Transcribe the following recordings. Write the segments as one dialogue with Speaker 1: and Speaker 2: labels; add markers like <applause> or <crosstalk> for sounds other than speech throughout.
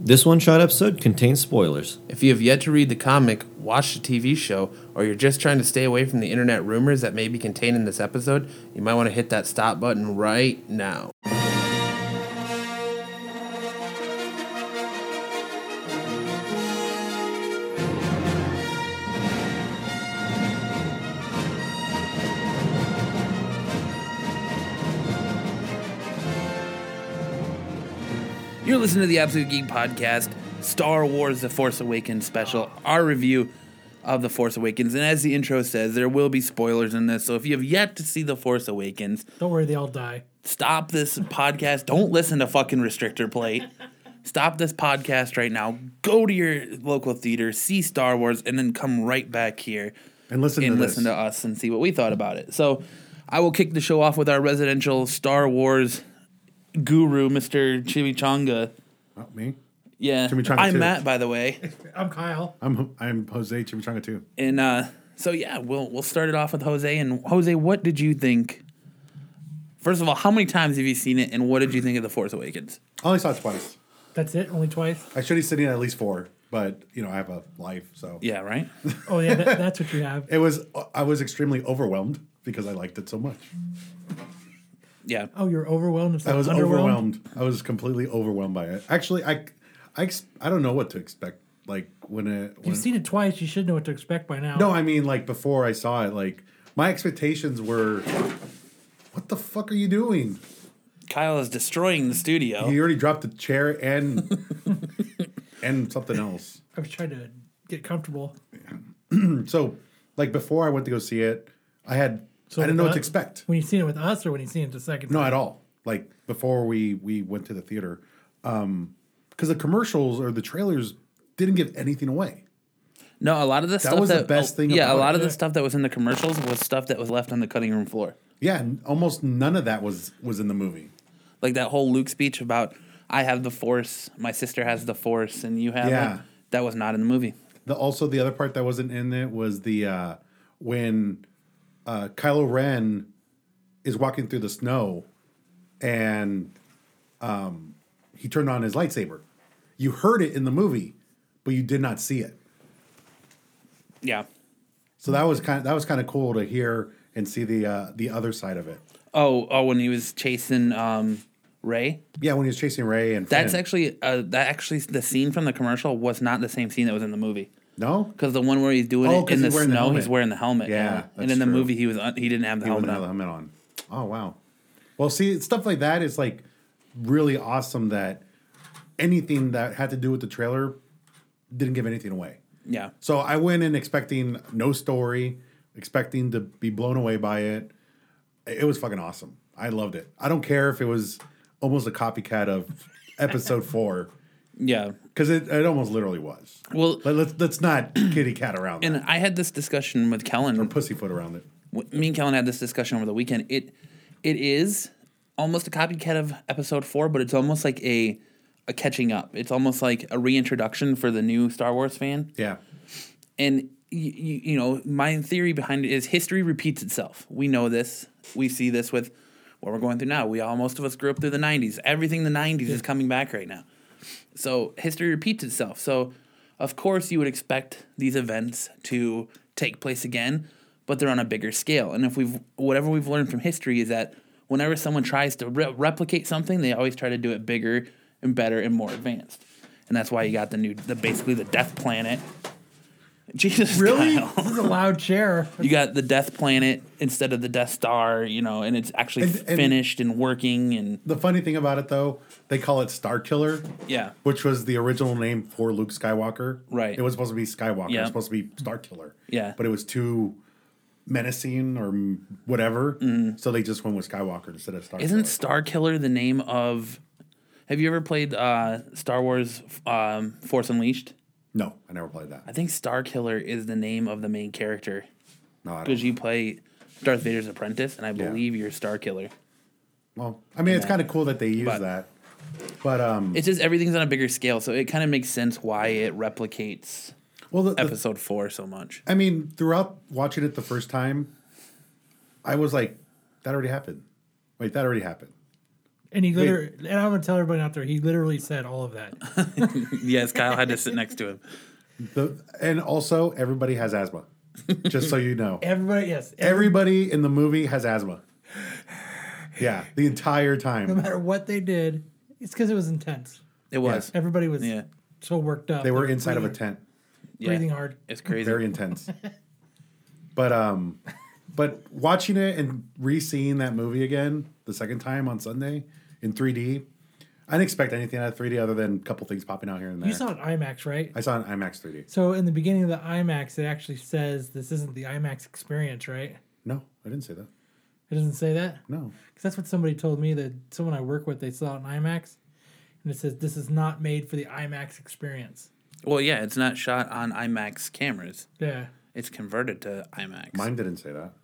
Speaker 1: This one shot episode contains spoilers.
Speaker 2: If you have yet to read the comic, watch the TV show, or you're just trying to stay away from the internet rumors that may be contained in this episode, you might want to hit that stop button right now.
Speaker 3: You're listening to the Absolute Geek Podcast, Star Wars The Force Awakens special, our review of The Force Awakens. And as the intro says, there will be spoilers in this. So if you have yet to see The Force Awakens,
Speaker 4: Don't worry, they all die.
Speaker 3: stop this podcast. Don't listen to fucking Restrictor Plate. Stop this podcast right now. Go to your local theater, see Star Wars, and then come right back here
Speaker 5: And listen
Speaker 3: and
Speaker 5: to
Speaker 3: listen
Speaker 5: this.
Speaker 3: to us and see what we thought about it. So I will kick the show off with our residential Star Wars guru, Mr. Chimichanga.
Speaker 5: Not me.
Speaker 3: Yeah.
Speaker 5: Chimichanga
Speaker 3: I'm
Speaker 5: too.
Speaker 3: Matt, by the way.
Speaker 4: I'm Kyle.
Speaker 5: I'm I'm Jose Chimichanga too.
Speaker 3: And uh, so yeah, we'll we'll start it off with Jose. And Jose, what did you think? First of all, how many times have you seen it, and what did you think of the Force Awakens?
Speaker 5: I only saw it twice.
Speaker 4: That's it. Only twice.
Speaker 5: I should have seen it at least four, but you know I have a life, so
Speaker 3: Yeah, right.
Speaker 4: Oh yeah, that, that's what you
Speaker 5: <laughs>
Speaker 4: have.
Speaker 5: It was I was extremely overwhelmed because I liked it so much.
Speaker 3: Yeah,
Speaker 4: Oh, you're overwhelmed. instead
Speaker 5: I
Speaker 4: of
Speaker 5: was
Speaker 4: underwhelmed?
Speaker 5: overwhelmed. I was completely overwhelmed by it. Actually, I I ex- I don't know what to expect. Like when it when,
Speaker 4: You've seen it twice. You should know what to expect by now.
Speaker 5: No, I mean like before I saw it, like my expectations were what the fuck are you doing?
Speaker 3: Kyle is destroying the studio.
Speaker 5: He already dropped the chair and and something else.
Speaker 4: I was trying to get comfortable.
Speaker 5: So like before I went to go see it, I had
Speaker 4: So
Speaker 5: I didn't know what
Speaker 4: that-
Speaker 5: to expect.
Speaker 4: When you seen it with us, or when you seen it the second
Speaker 5: <laughs> No,
Speaker 4: time.
Speaker 5: at all. Like before we we went to the theater, um, because the commercials or the trailers didn't give anything away.
Speaker 3: No, a lot of the stuff
Speaker 5: was the
Speaker 3: that
Speaker 5: best thing
Speaker 3: Yeah, a
Speaker 5: about
Speaker 3: lot
Speaker 5: it.
Speaker 3: of the stuff that was in the commercials was stuff that was left on the cutting room floor.
Speaker 5: Yeah, and almost none of that was was in the movie.
Speaker 3: Like that whole Luke speech about I have the Force, my sister has the Force, and you have
Speaker 5: Yeah.
Speaker 3: it. That was not in the movie.
Speaker 5: The also the other part that wasn't in it was the uh, when uh, Kylo Ren is walking through the snow, and um, he turned on his lightsaber. You heard it in the movie, but you did not see it.
Speaker 3: Yeah.
Speaker 5: So that was kind that was kind of cool to hear and see the uh, the other side of it.
Speaker 3: Oh, oh, when he was chasing um, Ray.
Speaker 5: Yeah, when he was chasing Ray and
Speaker 3: That's
Speaker 5: Finn.
Speaker 3: actually uh, that actually the scene from the commercial was not the same scene that was in the movie
Speaker 5: no.
Speaker 3: because the one where he's doing
Speaker 5: Oh,
Speaker 3: it
Speaker 5: 'cause
Speaker 3: in the
Speaker 5: he's wearing the
Speaker 3: snow, he's
Speaker 5: helmet.
Speaker 3: wearing the helmet.
Speaker 5: Yeah,
Speaker 3: and
Speaker 5: that's
Speaker 3: in the
Speaker 5: true.
Speaker 3: movie he was un- he didn't have the
Speaker 5: He
Speaker 3: helmet
Speaker 5: wouldn't have
Speaker 3: on.
Speaker 5: the helmet on. Oh wow. Well, see, stuff like that is like really awesome. That anything that had to do with the trailer didn't give anything away.
Speaker 3: Yeah,
Speaker 5: So I went in expecting no story, expecting to be blown away by it. It was fucking awesome. I loved it. I don't care if it was almost a copycat of episode four
Speaker 3: yeah.
Speaker 5: because it, it almost literally was.
Speaker 3: Well,
Speaker 5: Let, let's let's not <clears throat> kitty cat around
Speaker 3: and
Speaker 5: that,
Speaker 3: I had this discussion with Kellen.
Speaker 5: pussyfoot around it.
Speaker 3: w- Me and Kellen had this discussion over the weekend. It it is almost a copycat of episode four, but it's almost like a a catching up. It's almost like a reintroduction for the new Star Wars fan.
Speaker 5: Yeah.
Speaker 3: and you, you, you know my theory behind it is history repeats itself we know this we see this with what we're going through now we all most of us grew up through the 90s everything the 90s is coming back right now so history repeats itself so of course you would expect these events to take place again but they're on a bigger scale and if we've whatever we've learned from history is that whenever someone tries to re- replicate something they always try to do it bigger and better and more advanced and that's why you got the new the basically the death planet jesus
Speaker 4: Really?
Speaker 3: Kyle.
Speaker 4: This is a loud chair.
Speaker 3: You got the Death Planet instead of the Death Star, you know, and it's actually
Speaker 5: And- and-
Speaker 3: finished and working and
Speaker 5: The funny thing about it though, they call it Star Killer,
Speaker 3: yeah,
Speaker 5: which was the original name for Luke Skywalker.
Speaker 3: Right.
Speaker 5: It was supposed to be Skywalker. It
Speaker 3: Yeah.
Speaker 5: was supposed to be Star Killer.
Speaker 3: Yeah.
Speaker 5: But it was too menacing or m- whatever, so they just went with Skywalker instead of Star.
Speaker 3: Mm-hmm. Isn't
Speaker 5: Killer.
Speaker 3: Star Killer the name of? Have you ever played uh, Star Wars um, Force Unleashed?
Speaker 5: no, I never played
Speaker 3: I
Speaker 5: that.
Speaker 3: think Star Killer is the name of the main character
Speaker 5: No, I
Speaker 3: because
Speaker 5: don't.
Speaker 3: you play Darth Vader's apprentice, and I
Speaker 5: Yeah.
Speaker 3: believe you're Star Killer.
Speaker 5: Well, I mean, it's kind of cool that they use
Speaker 3: But-
Speaker 5: that, but um,
Speaker 3: It's just everything's on a bigger scale, so it kind of makes sense why it replicates
Speaker 5: well, the, the,
Speaker 3: Episode Four so much.
Speaker 5: I mean, throughout watching it the first time, I was like, that already happened. Wait, that already happened.
Speaker 4: And he literally, and I'm gonna tell everybody out there, he literally said all of that.
Speaker 3: <laughs> yes, Kyle had to sit next to him.
Speaker 5: The, and also, everybody has asthma. Just so you
Speaker 4: <laughs>
Speaker 5: know,
Speaker 4: Everybody, yes, every,
Speaker 5: everybody in the movie has asthma. Yeah, the entire
Speaker 4: no
Speaker 5: time
Speaker 4: matter what they did, it's because it was intense.
Speaker 3: It was.
Speaker 4: Everybody was
Speaker 3: Yeah.
Speaker 4: so worked up.
Speaker 5: they were inside of a tent,
Speaker 3: Yeah.
Speaker 4: breathing hard.
Speaker 3: It's crazy.
Speaker 5: very intense. But um, but watching it and re-seeing that movie again the second time on Sunday in 3D, I didn't expect anything out of 3D other than a couple things popping out here and there.
Speaker 4: You saw it in IMAX, right?
Speaker 5: I saw an IMAX 3D.
Speaker 4: So in the beginning of the IMAX, it actually says this isn't the IMAX experience, right?
Speaker 5: No, I didn't say that.
Speaker 4: It doesn't say that
Speaker 5: No,
Speaker 4: because that's what somebody told me that someone I work with they saw it in IMAX, and it says this is not made for the IMAX experience.
Speaker 3: well, yeah, it's not shot on IMAX cameras.
Speaker 4: Yeah,
Speaker 3: It's converted to IMAX.
Speaker 5: mine didn't say that.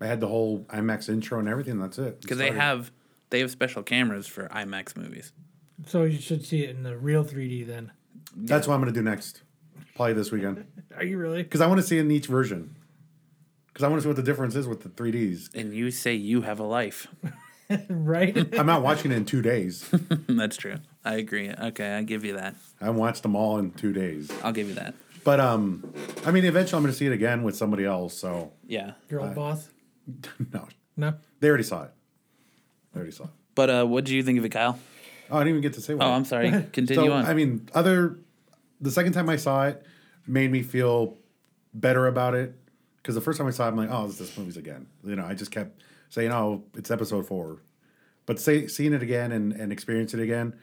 Speaker 5: I had the whole IMAX intro and everything. That's it.
Speaker 3: because they
Speaker 5: Sorry.
Speaker 3: have they have special cameras for IMAX movies.
Speaker 4: so you should see it in the real 3D then.
Speaker 5: That's what I'm gonna do next, probably this weekend,
Speaker 4: Are you really? <laughs>
Speaker 5: because I want to see it in each version. Because I want to see what the difference is with the 3ds.
Speaker 3: And you say you have a life. <laughs>
Speaker 5: <laughs>
Speaker 4: Right?
Speaker 5: I'm not watching it in two days.
Speaker 3: That's true. I agree. Okay, I give you that.
Speaker 5: I watched them all in two days.
Speaker 3: I'll give you that.
Speaker 5: But um, I mean, eventually I'm gonna see it again with somebody else. So <laughs>
Speaker 3: Yeah.
Speaker 4: Your old boss?
Speaker 5: no,
Speaker 4: No.
Speaker 5: they already saw it. They already saw it.
Speaker 3: But uh, what do you think of it, Kyle?
Speaker 5: Oh, I didn't even get to say. What
Speaker 3: Oh, I'm sorry. Continue
Speaker 5: <laughs> so,
Speaker 3: on.
Speaker 5: I mean, other the second time I saw it made me feel better about it because the first time I saw it, I'm like, oh, it's this movie's again. You know, I just kept saying, oh, it's episode four. But say, seeing it again and, and experiencing it again,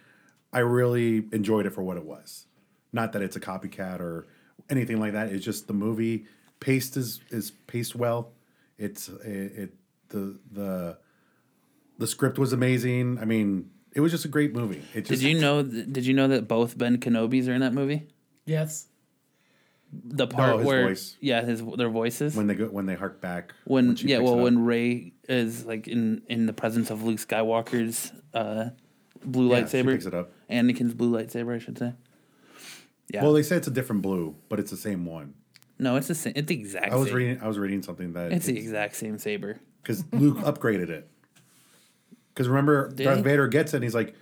Speaker 5: I really enjoyed it for what it was. Not that it's a copycat or anything like that. It's just the movie paced is is paced well. It's it, it the the the script was amazing. I mean, it was just a great movie.
Speaker 3: did
Speaker 5: It just,
Speaker 3: you know? Th- did you know that both Ben Kenobis are in that movie?
Speaker 4: Yes.
Speaker 3: The part
Speaker 5: his
Speaker 3: where
Speaker 5: voice.
Speaker 3: yeah, his their voices.
Speaker 5: when they go when they hark back
Speaker 3: when,
Speaker 5: she
Speaker 3: yeah
Speaker 5: picks
Speaker 3: well
Speaker 5: it up.
Speaker 3: when ray is like in in the presence of luke skywalker's uh blue
Speaker 5: Yeah, she
Speaker 3: lightsaber
Speaker 5: picks it up.
Speaker 3: anakin's blue lightsaber i should say yeah
Speaker 5: well they say it's a different blue but it's the same one
Speaker 3: no it's the same it's the exact
Speaker 5: i was
Speaker 3: same
Speaker 5: reading i was reading something that
Speaker 3: it's the exact same saber
Speaker 5: because
Speaker 3: <laughs>
Speaker 5: luke upgraded it because remember darth
Speaker 3: he?
Speaker 5: vader gets it and he's like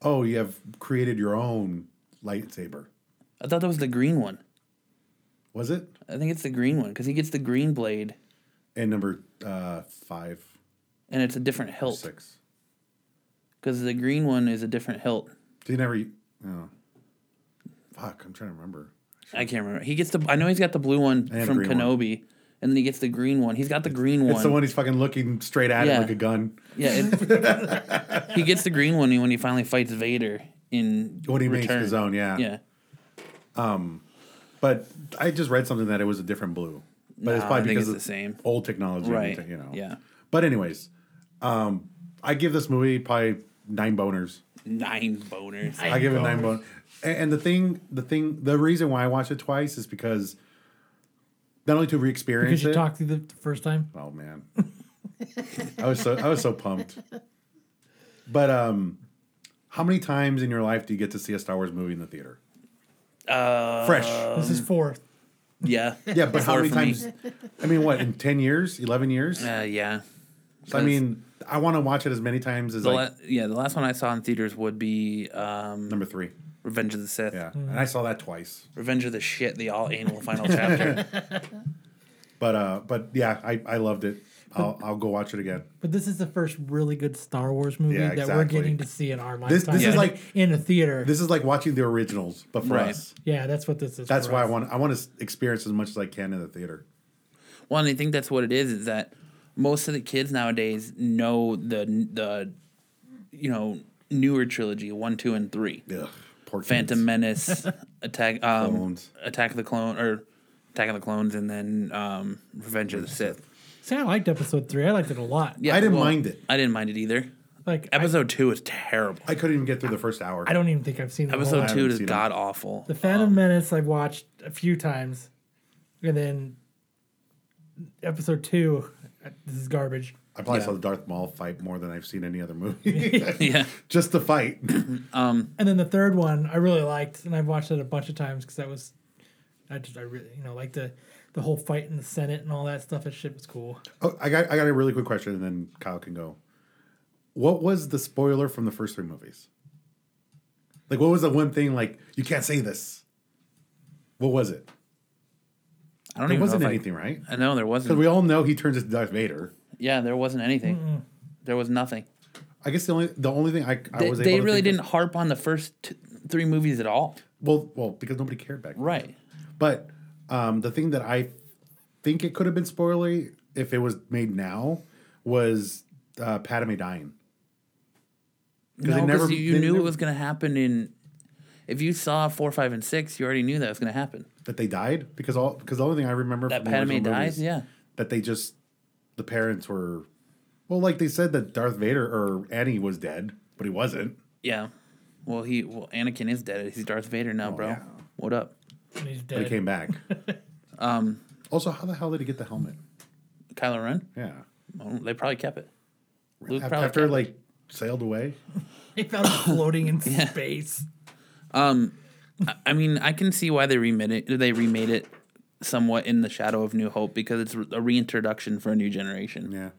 Speaker 5: oh you have created your own lightsaber
Speaker 3: i thought that was the green one
Speaker 5: was it
Speaker 3: i think it's the green one because he gets the green blade
Speaker 5: and number uh five
Speaker 3: and it's a different hilt
Speaker 5: six
Speaker 3: because the green one is a different hilt
Speaker 5: did he never oh fuck i'm trying to remember
Speaker 3: i can't remember he gets the i know he's got the blue one
Speaker 5: And
Speaker 3: from
Speaker 5: green one.
Speaker 3: kenobi and then he gets the green one he's got the green one
Speaker 5: it's the one he's fucking looking straight at
Speaker 3: Yeah.
Speaker 5: him like a gun
Speaker 3: Yeah,
Speaker 5: <laughs>
Speaker 3: it, he gets the green one when he finally fights Vader in
Speaker 5: when he makes
Speaker 3: Return.
Speaker 5: his own yeah
Speaker 3: Yeah,
Speaker 5: But I just read something that it was a different blue. But it's
Speaker 3: No,
Speaker 5: probably
Speaker 3: I think it's
Speaker 5: because of
Speaker 3: the same.
Speaker 5: old technology,
Speaker 3: Right,
Speaker 5: You know.
Speaker 3: yeah.
Speaker 5: But anyways, um, I give this movie probably nine boners.
Speaker 3: nine boners.
Speaker 5: I give it nine boners. And, and the thing, the thing, the reason why I watched it twice is because not only to
Speaker 4: Because
Speaker 5: re-experience
Speaker 4: you
Speaker 5: it.
Speaker 4: talked through the the first time.
Speaker 5: Oh man, I was so I was so pumped. But um, how many times in your life do you get to see a Star Wars movie in the theater? Uh, Fresh.
Speaker 4: This is fourth.
Speaker 3: yeah,
Speaker 5: Yeah, but how
Speaker 3: Four
Speaker 5: many
Speaker 3: for me.
Speaker 5: times? I mean, what in ten years, eleven years?
Speaker 3: Uh, yeah.
Speaker 5: so I mean, I want to watch it as many times as
Speaker 3: The
Speaker 5: like
Speaker 3: la- yeah, the last one I saw in theaters would be um,
Speaker 5: number three.
Speaker 3: Revenge of the Sith.
Speaker 5: Yeah,
Speaker 4: Hmm.
Speaker 5: and I saw that twice.
Speaker 3: Revenge of the shit, the all anal final chapter.
Speaker 5: But uh, but yeah, I I loved it. I'll I'll go watch it again.
Speaker 4: But this is the first really good Star Wars movie
Speaker 5: Yeah,
Speaker 4: that we're
Speaker 5: exactly.
Speaker 4: getting to see in our lifetime.
Speaker 5: This- this
Speaker 3: is
Speaker 4: in-
Speaker 5: like-
Speaker 4: in a theater.
Speaker 5: This is like watching the originals, but for
Speaker 3: Right.
Speaker 5: us,
Speaker 4: yeah, that's what this is.
Speaker 5: that's
Speaker 4: for
Speaker 5: why I
Speaker 4: us.
Speaker 5: want I want to experience as much as I can in the theater.
Speaker 3: well, and I think that's what it is. Is that most of the kids nowadays know the the you know newer trilogy one, two, and three.
Speaker 5: Ugh, poor kids.
Speaker 3: Phantom
Speaker 5: <laughs>
Speaker 3: Menace, Attack um,
Speaker 5: Clones.
Speaker 3: Attack of the Clone or Attack of the Clones, and then um, Revenge of the Sith.
Speaker 4: See, I liked episode three. I liked it a lot.
Speaker 3: Yeah,
Speaker 5: I didn't mind it.
Speaker 3: I didn't mind it either.
Speaker 4: Like I,
Speaker 3: Episode two is terrible.
Speaker 5: I couldn't even get through the first hour.
Speaker 4: I don't even think I've seen the whole.
Speaker 3: Episode two
Speaker 5: haven't
Speaker 3: is
Speaker 5: seen it.
Speaker 3: god awful.
Speaker 4: The Phantom Menace I've watched a few times, and then episode two, uh, this is garbage.
Speaker 5: I probably saw the Darth Maul fight more than I've seen any other movie.
Speaker 3: <laughs> yeah,
Speaker 5: <laughs> Just the fight.
Speaker 4: And then the third one I really liked, and I've watched it a bunch of times because that was, I just I really you know like the the whole fight in the Senate and all that stuff. That shit was cool.
Speaker 5: Oh, I got I got a really quick question, and then Kyle can go. what was the spoiler from the first three movies? Like, what was the one thing like you can't say this? What was it?
Speaker 3: I don't
Speaker 5: There
Speaker 3: even
Speaker 5: wasn't
Speaker 3: know if I-
Speaker 5: anything, right?
Speaker 3: I know there
Speaker 5: Because
Speaker 3: wasn't.
Speaker 5: we all know he turns into Darth Vader.
Speaker 3: yeah, there wasn't anything. There was nothing.
Speaker 5: I guess the only the only thing I, I
Speaker 3: They,
Speaker 5: was
Speaker 3: they
Speaker 5: able to
Speaker 3: really
Speaker 5: think
Speaker 3: didn't harp on the first t- three movies at all.
Speaker 5: Of, well, well, because nobody cared back. then.
Speaker 3: Right.
Speaker 5: But um, the thing that I think it could have been spoilery if it was made now was uh, Padme dying.
Speaker 3: No,
Speaker 5: they
Speaker 3: because
Speaker 5: never-
Speaker 3: you
Speaker 5: they
Speaker 3: knew it
Speaker 5: never-
Speaker 3: was going to happen in. If you saw four, five, and six, you already knew that was going to happen.
Speaker 5: That they died because all because the only thing I remember
Speaker 3: That
Speaker 5: the
Speaker 3: Padme
Speaker 5: original
Speaker 3: dies.
Speaker 5: movies-
Speaker 3: Yeah.
Speaker 5: that they just the parents were well like they said that darth vader or annie was dead but he wasn't
Speaker 3: Yeah. Well, he. Well, Anakin is dead. He's Darth Vader now, bro.
Speaker 5: Oh, yeah.
Speaker 3: What up?
Speaker 4: And he's
Speaker 5: but
Speaker 4: dead.
Speaker 5: he came back
Speaker 3: <laughs>
Speaker 5: um also how the hell did he get the helmet
Speaker 3: Kylo Ren.
Speaker 5: yeah
Speaker 3: Well, they probably kept it. Luke
Speaker 5: Af-
Speaker 3: probably
Speaker 5: after
Speaker 3: kept it.
Speaker 5: like sailed away
Speaker 4: He found
Speaker 5: <coughs>
Speaker 4: him floating in space.
Speaker 3: I mean, I can see why they remade it. They remade it somewhat in the shadow of New Hope because it's a reintroduction for a new generation.
Speaker 5: yeah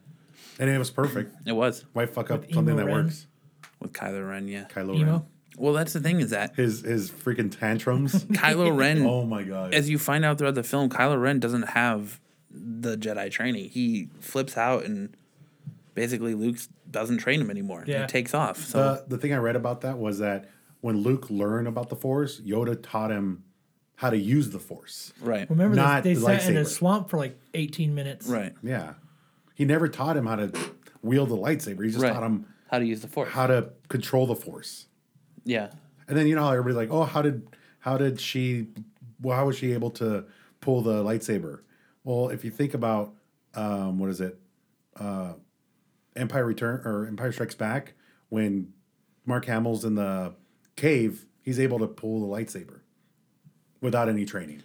Speaker 5: and it was perfect
Speaker 3: It was
Speaker 5: why fuck up
Speaker 4: With
Speaker 5: something
Speaker 4: emo
Speaker 5: that
Speaker 4: Ren.
Speaker 5: works
Speaker 3: with Kylo Ren. Yeah.
Speaker 5: kylo
Speaker 4: You
Speaker 5: ren
Speaker 4: know,
Speaker 3: Well, that's the thing is that
Speaker 5: his his freaking
Speaker 3: <laughs>
Speaker 5: tantrums
Speaker 3: Kylo Ren,
Speaker 5: <laughs> oh my god
Speaker 3: as you find out throughout the film, Kylo Ren doesn't have the Jedi training. He flips out and basically Luke doesn't train him anymore.
Speaker 4: Yeah.
Speaker 3: He takes off. So
Speaker 5: the, the thing i read about that was that when luke learned about the force yoda taught him how to use the force
Speaker 3: right,
Speaker 4: remember they-
Speaker 5: Not
Speaker 4: they,
Speaker 5: the
Speaker 4: sat in a
Speaker 5: lightsaber.
Speaker 4: swamp for like 18 minutes.
Speaker 3: right,
Speaker 5: Yeah. He never taught him how to wield the lightsaber. He just
Speaker 3: right.
Speaker 5: taught him
Speaker 3: how to use the Force.
Speaker 5: how to control the force.
Speaker 3: yeah,
Speaker 5: And then you know how everybody's like, "Oh, how did how did she well, how was she able to pull the lightsaber?" Well, if you think about um what is it? Uh Empire Return or Empire Strikes Back when Mark Hamill's in the cave, he's able to pull the lightsaber without any training.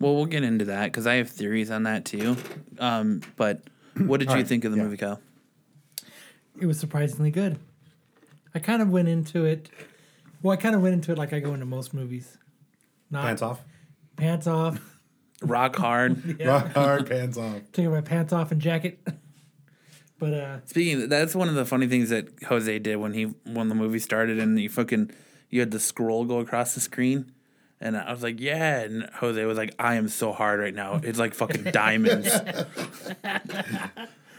Speaker 3: Well, we'll get into that because I have theories on that too. Um, but what did you
Speaker 5: right,
Speaker 3: think of the
Speaker 5: yeah.
Speaker 3: movie, Kyle?
Speaker 4: It was surprisingly good. I kind of went into it. Well, I kind of went into it like I go into most movies. Not
Speaker 3: <laughs>
Speaker 5: Pants off.
Speaker 4: Pants off. <laughs>
Speaker 3: Rock hard.
Speaker 5: Rock hard pants off.
Speaker 4: Taking my pants off and jacket. <laughs> but uh,
Speaker 3: Speaking, of, that's one of the funny things that Jose did when he when the movie started, and you fucking you had the scroll go across the screen, and I was like, yeah, and Jose was like, I am so hard right now. It's like fucking diamonds.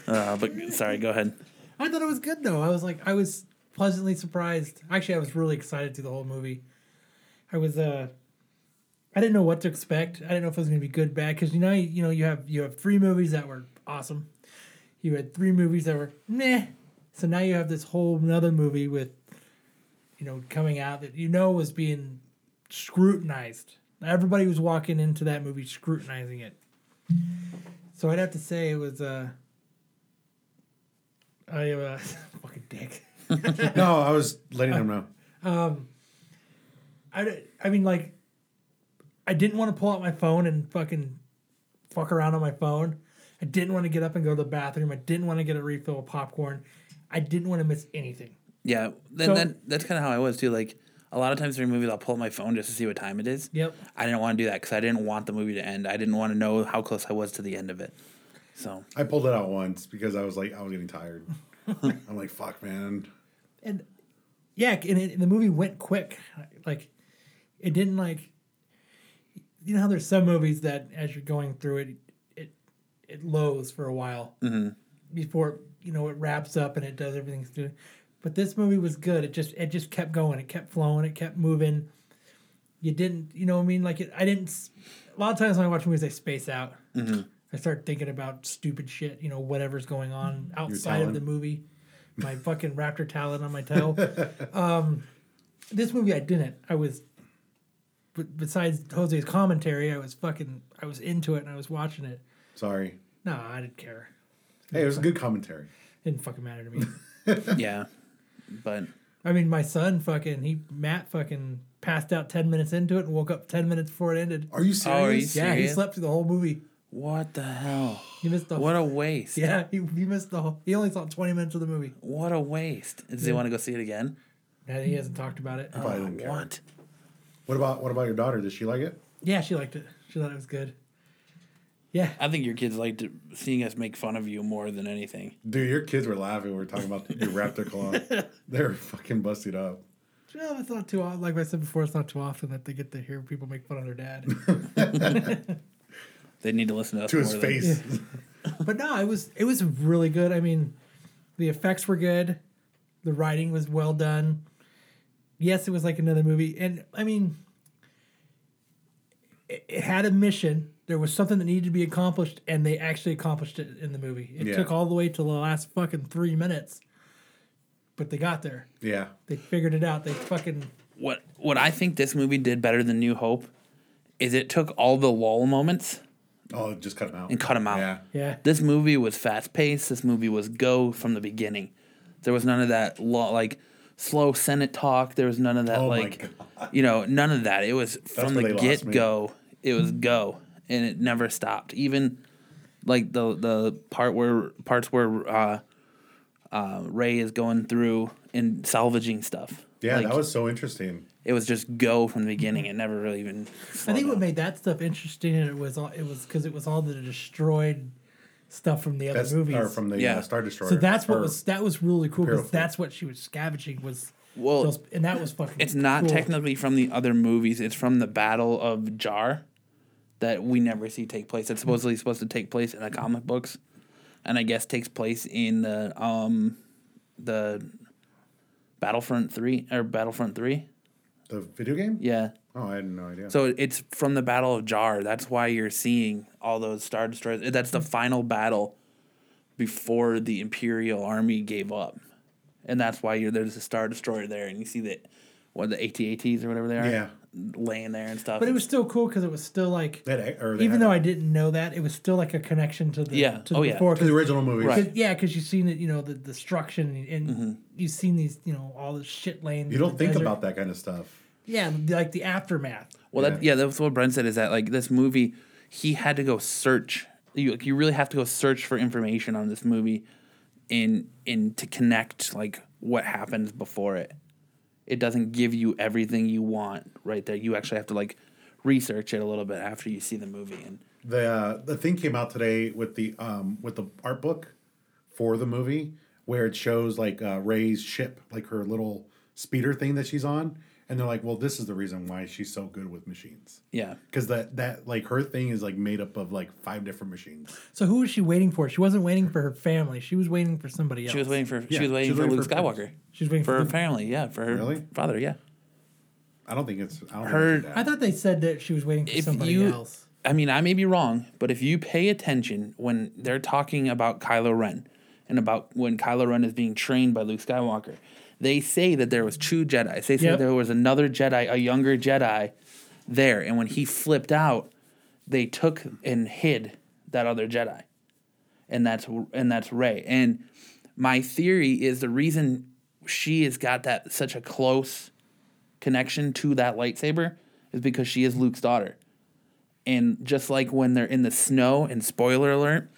Speaker 3: uh, but sorry, go ahead.
Speaker 4: I thought it was good though. I was like, I was pleasantly surprised. Actually, I was really excited through the whole movie. I was, uh, I didn't know what to expect. I didn't know if it was going to be good, bad. Because you know, you know, you have you have three movies that were awesome. You had three movies that were meh. So now you have this whole another movie with, you know, coming out that you know was being scrutinized. Everybody was walking into that movie scrutinizing it. So I'd have to say it was. Uh, I am a <laughs> fucking dick.
Speaker 5: No, I was letting him know.
Speaker 4: I, d- I mean, like, I didn't want to pull out my phone and fucking fuck around on my phone. I didn't want to get up and go to the bathroom. I didn't want to get a refill of popcorn. I didn't want to miss anything.
Speaker 3: Yeah, then
Speaker 4: So-
Speaker 3: that, that's kind of how I was too. Like a lot of times during movies, I'll pull up my phone just to see what time it is.
Speaker 4: Yep.
Speaker 3: I didn't want to do that because I didn't want the movie to end. I didn't want to know how close I was to the end of it. So
Speaker 5: I pulled it out once because I was like, I was
Speaker 3: <laughs>
Speaker 5: getting tired. I'm like, fuck, man.
Speaker 4: And yeah, and, it, and the movie went quick. Like, it didn't like. You know how there's some movies that as you're going through it, it it lows for a while before you know it wraps up and it does everything it's doing. But this movie was good. It just it just kept going. It kept flowing. It kept moving. You didn't, you know what I mean? Like it, I didn't. s- A lot of times when I watch movies, I space out. I start thinking about stupid shit. You know whatever's going on outside of
Speaker 5: talent.
Speaker 4: the movie. My fucking raptor talon on my tail. um, this movie I didn't. I was. b- Besides Jose's commentary, I was fucking. I was into it and I was watching it.
Speaker 5: Sorry.
Speaker 4: No, I didn't care.
Speaker 5: Hey, it was a good commentary.
Speaker 4: Didn't fucking matter to me.
Speaker 3: yeah, but
Speaker 4: I mean, my son fucking he Matt fucking passed out ten minutes into it and woke up ten minutes before it ended.
Speaker 5: Are you
Speaker 3: Oh, are you
Speaker 5: serious?
Speaker 4: Yeah, he
Speaker 3: serious?
Speaker 4: slept through the whole movie.
Speaker 3: what the hell?
Speaker 4: He missed the
Speaker 3: What a waste!
Speaker 4: <laughs> yeah. He, he missed the whole. He only saw twenty minutes of the movie.
Speaker 3: What a waste! Does he want to go see it again?
Speaker 4: And he hasn't talked about it. Um,
Speaker 5: Probably didn't care.
Speaker 3: What?
Speaker 5: What about what about your daughter? Does she like it?
Speaker 4: Yeah, she liked it. She thought it was good. Yeah.
Speaker 3: I think your kids liked seeing us make fun of you more than anything.
Speaker 5: Dude, your kids were laughing. when We were talking about your raptor
Speaker 4: <laughs>
Speaker 5: claw. they were fucking busted up.
Speaker 4: Well, it's not too often. Like I said before, it's not too often that they get to hear people make fun of their dad.
Speaker 3: They need to listen to us
Speaker 5: To
Speaker 3: more
Speaker 5: his
Speaker 3: than-
Speaker 4: <laughs>
Speaker 5: face.
Speaker 4: but no, it was it was really good. I mean, the effects were good, the writing was well done. Yes, it was like another movie, and I mean, it, it had a mission. There was something that needed to be accomplished, and they actually accomplished it in the movie. It
Speaker 5: Yeah.
Speaker 4: took all the way to the last fucking three minutes, but they got there.
Speaker 5: Yeah.
Speaker 4: They figured it out. They fucking
Speaker 3: what what I think this movie did better than New Hope is it took all the lull moments.
Speaker 5: Oh, just cut them out.
Speaker 3: And cut 'em out.
Speaker 5: Yeah.
Speaker 4: yeah.
Speaker 3: This movie was fast paced. This movie was go from the beginning. There was none of that lull, like slow Senate talk. There was none of that
Speaker 5: Oh my
Speaker 3: like you know none of that. It was from
Speaker 5: where
Speaker 3: the
Speaker 5: they lost
Speaker 3: get
Speaker 5: me.
Speaker 3: go. It was go, and it never stopped. Even like the the part where parts where uh, uh, Ray is going through and salvaging stuff.
Speaker 5: Yeah,
Speaker 3: Like,
Speaker 5: that was so interesting.
Speaker 3: it was just go from the beginning. It never really even.
Speaker 4: I
Speaker 3: slowed
Speaker 4: think what
Speaker 3: down.
Speaker 4: made that stuff interesting it was all it was because it was all the destroyed stuff from the other
Speaker 5: That's
Speaker 4: movies
Speaker 5: or from the
Speaker 3: Yeah.
Speaker 5: uh, Star Destroyer.
Speaker 4: So that's what
Speaker 5: Or-
Speaker 4: was that was really cool because
Speaker 5: Parafleet.
Speaker 4: that's what she was scavenging was
Speaker 3: Well,
Speaker 4: those- and that was fucking.
Speaker 3: It's not
Speaker 4: cool.
Speaker 3: technically from the other movies. It's from the Battle of Jar that we never see take place. It's supposedly supposed to take place in the comic books, and I guess takes place in the um the Battlefront three or Battlefront three.
Speaker 5: the video game.
Speaker 3: Yeah.
Speaker 5: Oh, I had no idea.
Speaker 3: So it's from the Battle of Jar. That's why you're seeing all those Star Destroyers. That's the final battle before the Imperial Army gave up, and that's why you're there's a Star Destroyer there, and you see the what the ATATs or whatever they are,
Speaker 5: Yeah.
Speaker 3: laying there and stuff.
Speaker 4: But it was still cool because it was still like,
Speaker 5: that a- or they
Speaker 4: even
Speaker 5: had-
Speaker 4: though I didn't know that, it was still like a connection to the
Speaker 3: Yeah.
Speaker 4: to
Speaker 3: Oh,
Speaker 4: the
Speaker 3: yeah.
Speaker 4: before,
Speaker 5: to the original movie,
Speaker 3: Right. Mm-hmm.
Speaker 4: Cause, yeah, because you've seen it, you know, the destruction, and you've seen these, you know, all this shit laying.
Speaker 5: you don't think about that kind of stuff.
Speaker 4: yeah, like the aftermath.
Speaker 3: well, that yeah, that's what Brent said is that like this movie, he had to go search. You you really have to go search for information on this movie, in in to connect like what happens before it. It doesn't give you everything you want right there. You actually have to like research it a little bit after you see the movie and
Speaker 5: The uh, the thing came out today with the um with the art book for the movie where it shows like uh, Ray's ship, like her little speeder thing that she's on, and they're like, well, this is the reason why she's so good with machines
Speaker 3: yeah.
Speaker 5: because that that like her thing is like made up of like five different machines.
Speaker 4: So who was she waiting for? She wasn't waiting for her family. She was waiting for somebody else.
Speaker 3: She was waiting for
Speaker 5: Yeah,
Speaker 3: she was waiting
Speaker 5: she was
Speaker 3: for
Speaker 5: waiting
Speaker 3: Luke
Speaker 5: for-
Speaker 3: Skywalker.
Speaker 4: She was waiting
Speaker 3: For
Speaker 4: for
Speaker 3: her
Speaker 4: Luke.
Speaker 3: family, yeah, for her
Speaker 5: Really?
Speaker 3: father, yeah.
Speaker 5: I don't think it's I don't
Speaker 3: Her-
Speaker 5: Think it's
Speaker 4: I
Speaker 5: that.
Speaker 4: thought they said that she was waiting for
Speaker 3: If
Speaker 4: somebody
Speaker 3: you-
Speaker 4: else.
Speaker 3: I mean, I may be wrong, but if you pay attention when they're talking about Kylo Ren and about when Kylo Ren is being trained by Luke Skywalker, they say that there was two Jedi. They say
Speaker 4: Yep.
Speaker 3: there was another Jedi, a younger Jedi there, and when he flipped out, they took and hid that other Jedi. And that's and that's Ray. And my theory is the reason she has got that such a close connection to that lightsaber is because she is Luke's daughter. And just like when they're in the snow, and spoiler alert,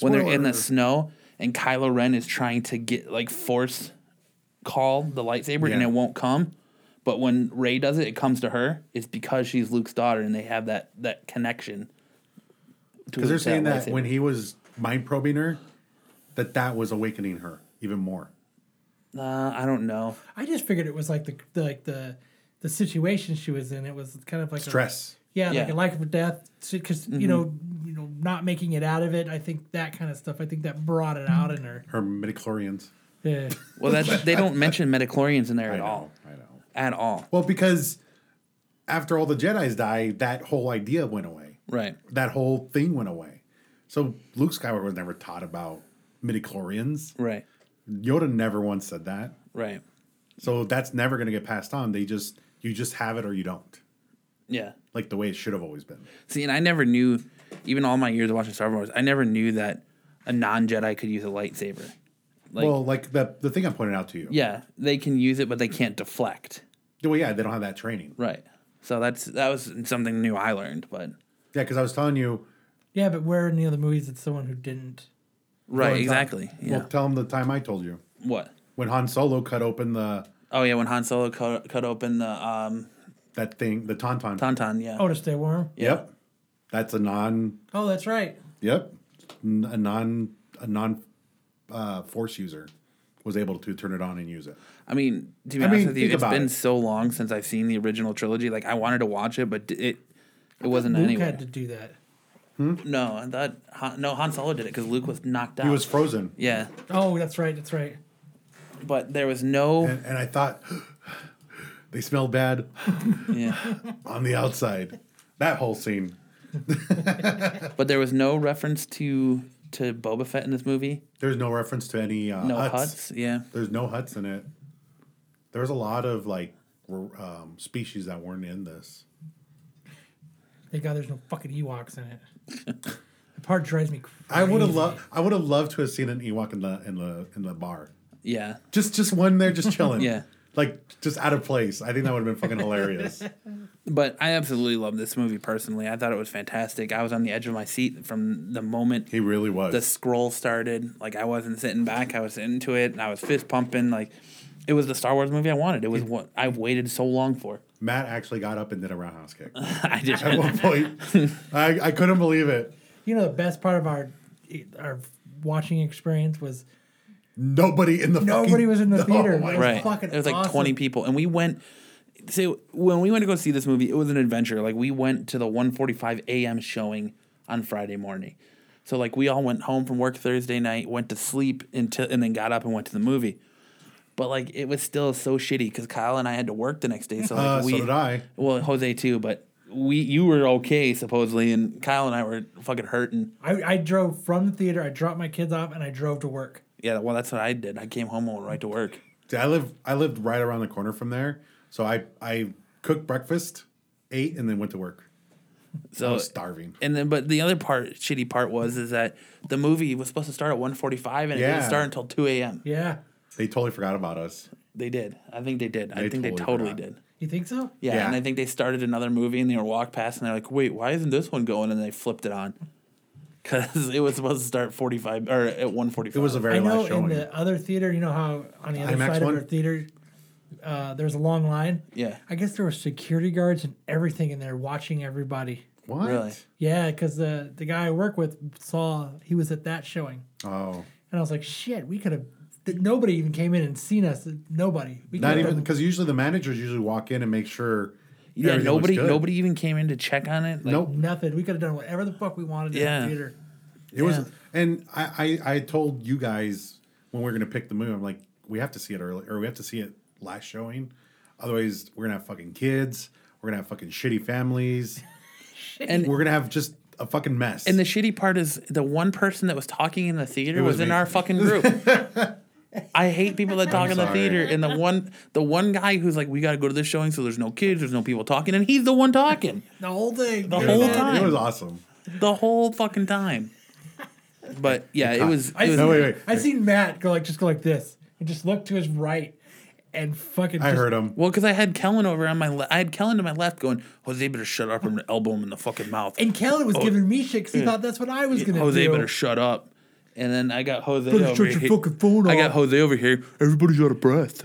Speaker 3: when they're in the
Speaker 5: Spoiler.
Speaker 3: snow and Kylo Ren is trying to get like force call the lightsaber and
Speaker 5: Yeah.
Speaker 3: it won't come. But when Ray does it, it comes to her. It's because she's Luke's daughter and they have that that connection.
Speaker 5: Because they're saying that when he was mind probing her, that that was awakening her even more.
Speaker 3: uh, I don't know.
Speaker 4: I just figured it was like the, the like the the situation she was in. It was kind of like a-
Speaker 5: Stress.
Speaker 4: yeah, like
Speaker 3: Yeah.
Speaker 4: a life or death. Because you know, you know, not making it out of it. I think that kind of stuff. I think that brought it out in her.
Speaker 5: Her midichlorians.
Speaker 4: Yeah.
Speaker 3: Well,
Speaker 5: <laughs>
Speaker 3: that's, they don't mention metachlorians in there at
Speaker 5: I
Speaker 3: all.
Speaker 5: know. I know.
Speaker 3: At all.
Speaker 5: Well, because after all the Jedi's die, that whole idea went away.
Speaker 3: Right.
Speaker 5: That whole thing went away. So Luke Skywalker was never taught about midichlorians.
Speaker 3: Right.
Speaker 5: Yoda never once said that.
Speaker 3: Right.
Speaker 5: So that's never going to get passed on. They just you just have it or you don't.
Speaker 3: Yeah.
Speaker 5: Like the way it should have always been.
Speaker 3: See, and I never knew, even all my years of watching Star Wars, I never knew that a non Jedi could use a lightsaber. Like,
Speaker 5: well, like the the thing I pointed out to you.
Speaker 3: yeah, they can use it, but they can't deflect.
Speaker 5: Well, yeah, they don't have that training.
Speaker 3: Right. So that's that was something new I learned, but
Speaker 5: Yeah, because I was telling you,
Speaker 4: yeah, but where in the other movies it's someone who didn't?
Speaker 3: right,
Speaker 5: it's not-
Speaker 3: exactly. Yeah.
Speaker 5: well, tell them the time I told you
Speaker 3: what?
Speaker 5: when Han Solo cut open the
Speaker 3: Oh yeah, when Han Solo cut, cut open the um
Speaker 5: that thing, the tauntaun.
Speaker 3: tauntaun, yeah.
Speaker 4: Oh, to stay warm.
Speaker 5: Yep, that's a non.
Speaker 4: Oh, that's right.
Speaker 5: Yep, N- a non a non uh, force user was able to turn it on and use it.
Speaker 3: I mean, to be
Speaker 5: I
Speaker 3: honest
Speaker 5: mean,
Speaker 3: with you,
Speaker 5: think
Speaker 3: it's
Speaker 5: about
Speaker 3: been
Speaker 5: it.
Speaker 3: so long since I've seen the original trilogy. Like I wanted to watch it, but d- it it wasn't
Speaker 4: Luke
Speaker 3: anywhere.
Speaker 4: had to do that.
Speaker 3: No, I thought Han, no Han Solo did it because Luke was knocked out.
Speaker 5: He was frozen,
Speaker 3: yeah,
Speaker 4: Oh, that's right. That's right.
Speaker 3: but there was no.
Speaker 5: and, and I thought <gasps> they smelled bad <gasps> <laughs>
Speaker 3: yeah.
Speaker 5: on the outside. That whole scene.
Speaker 3: But there was no reference to to Boba Fett in this movie.
Speaker 5: There's no reference to any uh,
Speaker 3: No
Speaker 5: huts.
Speaker 3: huts. Yeah.
Speaker 5: There's no huts in it. There's a lot of like r- um, species that weren't in this.
Speaker 4: Thank God there's no fucking Ewoks in it.
Speaker 3: <laughs>
Speaker 4: that part drives me crazy.
Speaker 5: I would have loved. I would have loved to have seen an Ewok in the in the in the bar.
Speaker 3: Yeah.
Speaker 5: Just just one
Speaker 3: <laughs>
Speaker 5: there, just chilling.
Speaker 3: Yeah.
Speaker 5: Like just out of place. I think that would have been
Speaker 3: <laughs>
Speaker 5: fucking hilarious.
Speaker 3: But I absolutely love this movie personally. I thought it was fantastic. I was on the edge of my seat from the moment
Speaker 5: He really was.
Speaker 3: the scroll started. Like I wasn't sitting back. I was into it, and I was fist pumping. Like it was the Star Wars movie I wanted. It was what I waited so long for.
Speaker 5: Matt actually got up and did a roundhouse kick
Speaker 3: <laughs> I just
Speaker 5: at one point. I, I couldn't believe it.
Speaker 4: You know, the best part of our our watching experience was
Speaker 5: Nobody in the
Speaker 4: nobody
Speaker 5: fucking-
Speaker 4: was in the
Speaker 5: <laughs> Oh
Speaker 4: theater.
Speaker 5: my-
Speaker 4: It was
Speaker 3: right.
Speaker 4: fucking
Speaker 3: It was like
Speaker 4: awesome.
Speaker 3: 20 people, and we went. So when we went to go see this movie, it was an adventure. Like we went to the 1:45 a.m. showing on Friday morning. So like we all went home from work Thursday night, went to sleep until, and then got up and went to the movie. But like it was still so shitty because Kyle and I had to work the next day. So like
Speaker 5: Uh, so
Speaker 3: we,
Speaker 5: did I.
Speaker 3: Well, Jose too, but we you were okay supposedly, and Kyle and I were fucking hurting.
Speaker 4: I, I drove from the theater. I dropped my kids off and I drove to work.
Speaker 3: Yeah, well that's what I did. I came home and went right to work.
Speaker 5: See, I live I lived right around the corner from there, so I I cooked breakfast, ate, and then went to work.
Speaker 3: So
Speaker 5: I was starving.
Speaker 3: And then, but the other part, shitty part was, is that the movie was supposed to start at 1.45 and it didn't
Speaker 5: Yeah.
Speaker 3: start until 2 a.m.
Speaker 4: Yeah.
Speaker 5: They totally forgot about us.
Speaker 3: They did. I think they did. I
Speaker 5: They
Speaker 3: think they
Speaker 5: totally
Speaker 3: totally
Speaker 5: forgot.
Speaker 3: did.
Speaker 4: You think so?
Speaker 3: Yeah,
Speaker 5: Yeah.
Speaker 3: And I think they started another movie and they were walked past and they're like, wait, why isn't this one going? And they flipped it on because <laughs> it was supposed to start 45 or at 1.45.
Speaker 5: It was a very
Speaker 4: I know in
Speaker 5: last showing.
Speaker 4: the other theater, you know how on the other
Speaker 5: IMAX
Speaker 4: side
Speaker 5: one?
Speaker 4: of our theater, uh, there's a long line.
Speaker 3: Yeah.
Speaker 4: I guess there were security guards and everything in there watching everybody.
Speaker 5: what?
Speaker 3: Really?
Speaker 4: Yeah, because the the guy I work with saw he was at that showing,
Speaker 5: Oh,
Speaker 4: and I was like, shit, we could have. Nobody even came in and seen us. Nobody. We
Speaker 5: not
Speaker 4: could've
Speaker 5: even
Speaker 4: done-
Speaker 5: because usually the managers usually walk in and make sure.
Speaker 3: Yeah,
Speaker 5: everything looks
Speaker 3: nobody
Speaker 5: good.
Speaker 3: nobody even came in to check on it. Like,
Speaker 5: Nope.
Speaker 4: nothing. We could have done whatever the fuck we wanted in
Speaker 3: Yeah.
Speaker 4: the theater.
Speaker 5: It was, and I, I I told you guys when we are gonna pick the movie, I'm like, we have to see it early, or we have to see it last showing, otherwise we're gonna have fucking kids, we're gonna have fucking shitty
Speaker 3: <laughs>
Speaker 5: families,
Speaker 3: And-
Speaker 5: we're gonna have just a fucking mess.
Speaker 3: And the shitty part is the one person that was talking in the theater was,
Speaker 5: was
Speaker 3: in
Speaker 5: me.
Speaker 3: our fucking group.
Speaker 5: <laughs>
Speaker 3: I hate people that talk in the
Speaker 5: sorry.
Speaker 3: theater. And the one, the one guy who's like, "We got to go to this showing, so there's no kids, there's no people talking," and he's the one talking
Speaker 4: The whole thing.
Speaker 3: The
Speaker 5: it
Speaker 4: dude.
Speaker 5: was,
Speaker 3: whole
Speaker 5: aw-
Speaker 3: time.
Speaker 5: it was awesome.
Speaker 3: the whole fucking time. But yeah, it was.
Speaker 4: I
Speaker 3: It was
Speaker 5: No, Oh, wait, wait.
Speaker 4: I seen Matt go like just go like this and just look to his right and fucking.
Speaker 5: I
Speaker 4: just-
Speaker 5: heard him.
Speaker 3: well, because I had Kellen over on my, le- I had Kellen to my left, going, "Jose, better shut up and elbow him in the fucking mouth."
Speaker 4: And Kellen was giving me shit because he thought that's what I was gonna
Speaker 3: Oh, Jose
Speaker 4: do.
Speaker 3: better shut up. And then I got Jose
Speaker 4: Better
Speaker 3: over
Speaker 4: shut your
Speaker 3: here.
Speaker 4: fucking phone
Speaker 3: I got
Speaker 4: off.
Speaker 3: Jose over here. Everybody's out of
Speaker 4: <laughs>
Speaker 3: breath.